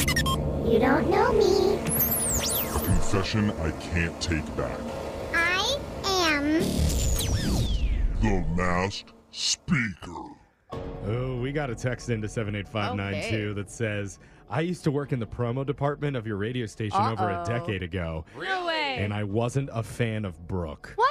You don't know me. A confession I can't take back. I am. The last speaker. Oh, we got a text into 78592 Okay. that says, I used to work in the promo department of your radio station over a Uh-oh. decade ago, No way. and I wasn't a fan of Brooke. what?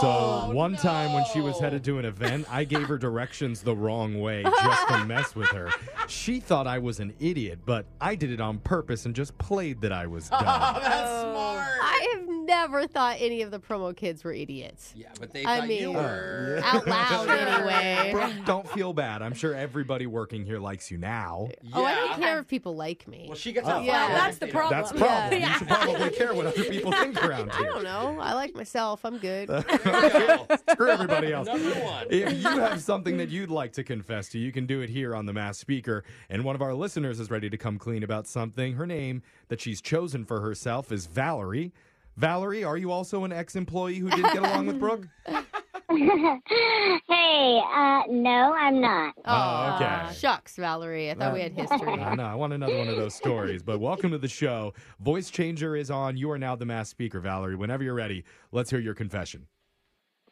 So, one time when she was headed to an event, I gave her directions the wrong way just to mess with her. She thought I was an idiot, but I did it on purpose and just played that I was dumb. That's smart. Oh. I have never thought any of the promo kids were idiots. yeah, but they I thought you mean- were. Out loud, anyway. Brooke, don't feel bad. I'm sure everybody working here likes you now. Oh, I don't Yeah. care if people like me. Well, she Oh, gets out. Yeah. loud. That's the They don't- problem. That's probably. Yeah. You should probably care what other people think around I here. don't know. I like myself. I'm good. Screw everybody else. Number one. If you have something that you'd like to confess to, you can do it here on the Mass Speaker. And one of our listeners is ready to come clean about something. Her name that she's chosen for herself is Valerie. Valerie, are you also an ex employee who didn't get along with Brooke? hey, uh, no, I'm not. Oh, okay. Shucks, Valerie. I thought we had history. I know. I want another one of those stories. But welcome to the show. Voice Changer is on. You are now the Mass Speaker, Valerie. Whenever you're ready, let's hear your confession.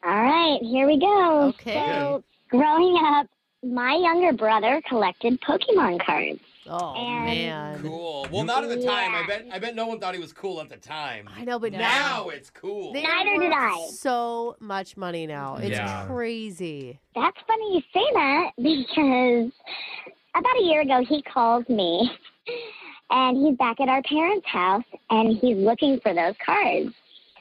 All right, here we go. Okay. So, growing up, my younger brother collected Pokemon cards. Oh And- man. Cool. Well, not at the time. I Yeah. bet. I bet no one thought he was cool at the time. I know, but Now it's cool. They Neither are did I. worth So much money now. It's Yeah. crazy. That's funny you say that because about a year ago he calls me and he's back at our parents' house and he's looking for those cards.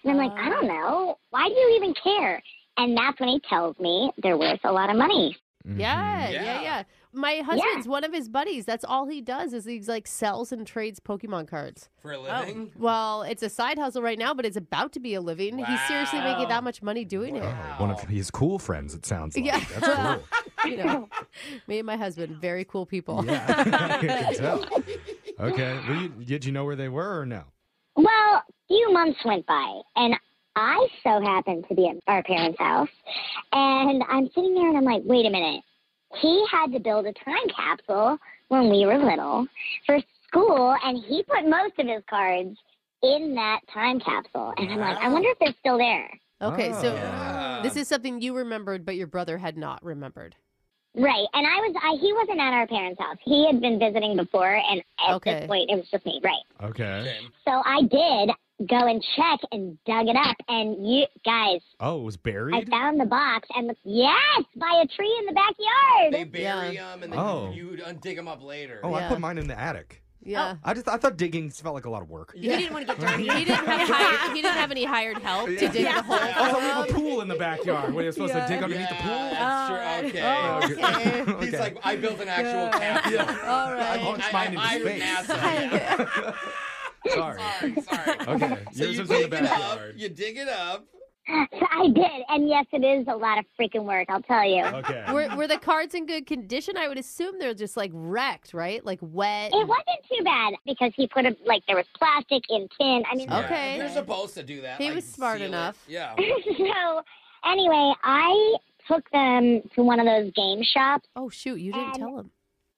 And I'm like, I don't Uh. know. Why do you even care? And that's when he tells me they're worth a lot of money. Mm-hmm. Yeah, yeah, yeah, Yeah. My husband's one of his buddies. That's all he does is he's like sells and trades Pokemon cards. For a living. Well, it's a side hustle right now, but it's about to be a living. He's seriously making Wow. that much money doing Oh, one of his cool friends, it sounds like. Yeah. That's cool. it. You know, me and my husband, very cool people. Yeah, I can tell. Okay, well, you, did you know where they were or no? Well, few months went by and I so happened to be at our parents' house and I'm sitting there and I'm like, wait a minute. He had to build a time capsule when we were little for school and he put most of his cards in that time capsule. And I'm like, I wonder if they're still there. Okay, so Oh, Yeah. this is something you remembered, but your brother had not remembered. Right. And I was I he wasn't at our parents' house. He had been visiting before and at Okay. this point it was just me. Right. Okay. Okay. So I did go and check and dug it up and you guys Oh, it was I buried? found the box and the, yes, by a tree in the backyard. They bury them and then Oh. you, you undig them up later. Oh, I Yeah. put mine in the attic. Yeah. I just I thought digging felt like a lot of work. You didn't want to get dirty. He didn't have hired, he didn't have any hired help to dig the hole. Also, we have a pool in the backyard. What are you supposed Yeah. to dig Yeah, underneath that's true. Oh, Alright. Okay. the pool? He's like, I built an actual capsule. All I right. launched I- mine I- into I'm space. NASA. Sorry. Sorry, sorry. Okay, So yours was you in the dig it up. backyard. You dig it up. I did, and yes, it is a lot of freaking work. I'll tell you. Okay. Were, were the cards in good condition? I would assume they're just like wrecked, right? Like wet. It wasn't too bad because he put a like there was plastic in tin. I mean, Smart. Okay. You're supposed to do that. He like, was smart seal it. enough. Yeah. so anyway, I took them to one of those game shops. Oh shoot, you didn't And- tell him.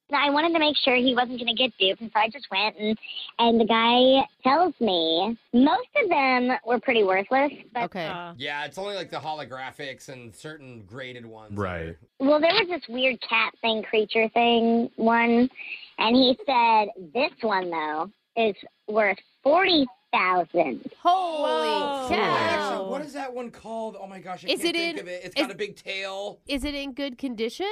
And I wanted to make sure he wasn't going to get duped, and so I just went and and the guy tells me most of them were pretty worthless, but Okay. Yeah, it's only like the holographics and certain graded ones. Right. Well, there was this weird cat thing, creature thing one, and he said this one though is worth forty thousand. Holy Whoa. Oh, cow! actually, what is that one called? Oh my gosh, I Is can't it think in- of it. It's is- got a big tail. Is it in good condition?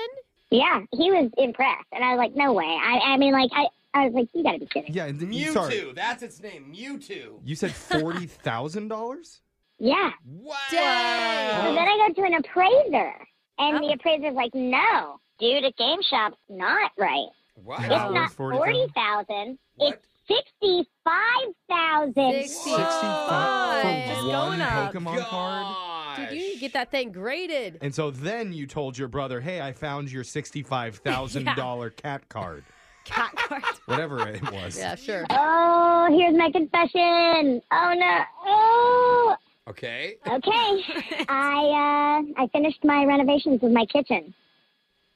Yeah, he was impressed, and I was like, no way. I, I mean, like, I, I was like, you gotta be kidding. Yeah, and then you Mewtwo. sorry. That's its name. Mewtwo. You said forty thousand dollars? Yeah. Wow. So then I go to an appraiser, and the appraiser's like, no, dude, at Game Shop's not right. What? Wow. It's worth not forty 40,000? thousand. It's What? sixty-five thousand. Sixty- Sixty Oh, Whoa. five Just for one going up. Pokemon card. Gosh. Dude, you need to get that thing graded. And so then you told your brother, "Hey, I found your sixty-five thousand thousand dollar cat card, Cat card. whatever it was." Yeah, sure. Oh, here's my confession. Oh no. Oh. Okay. Okay. I uh, I finished my renovations of my kitchen.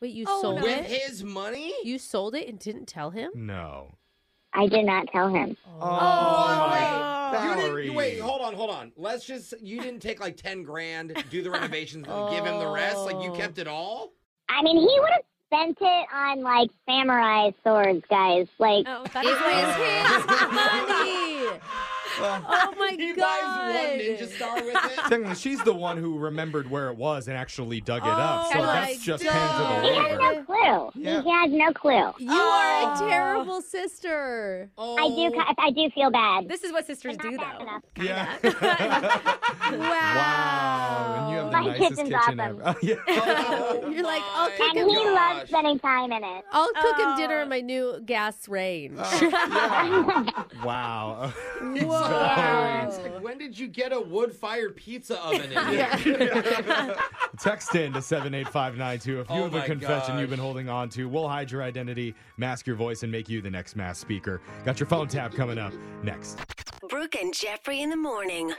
Wait, you Oh, sold no. it? With his money? You sold it and didn't tell him? No. I did not tell him. Oh, You my didn't- Valerie. wait, hold on, hold on. Let's just you didn't take like ten grand, do the renovations, and give him the rest. Like you Oh. kept it all. I mean, he would have spent it on like samurai swords, guys. Like, Oh, that It is was why his money. Well, Oh my he god. buys one ninja star with it. Technically, she's the one who remembered where it was and actually dug it Oh up. So that's my just God. he hands has of the no clue. Yeah. He has no clue. You are a Oh. terrible sister. Oh, I do, ki- I do feel bad. this is what sisters But do, not bad though. enough. Yeah. Wow. wow. And you have the My nicest kitchen's kitchen awesome. ever. Oh, yeah. Oh, You're like, my I'll take And Oh, he gosh. loves spending time in it. I'll cook him Oh. dinner in my new gas range. Wow. Wow. It's like, when did you get a wood-fired pizza oven in here? Text in to 78592 if you Oh have a my confession gosh. you've been holding on to. We'll hide your identity, mask your voice, and make you the next mass speaker. Got your phone tap coming up next. Brooke and Jeffrey in the morning.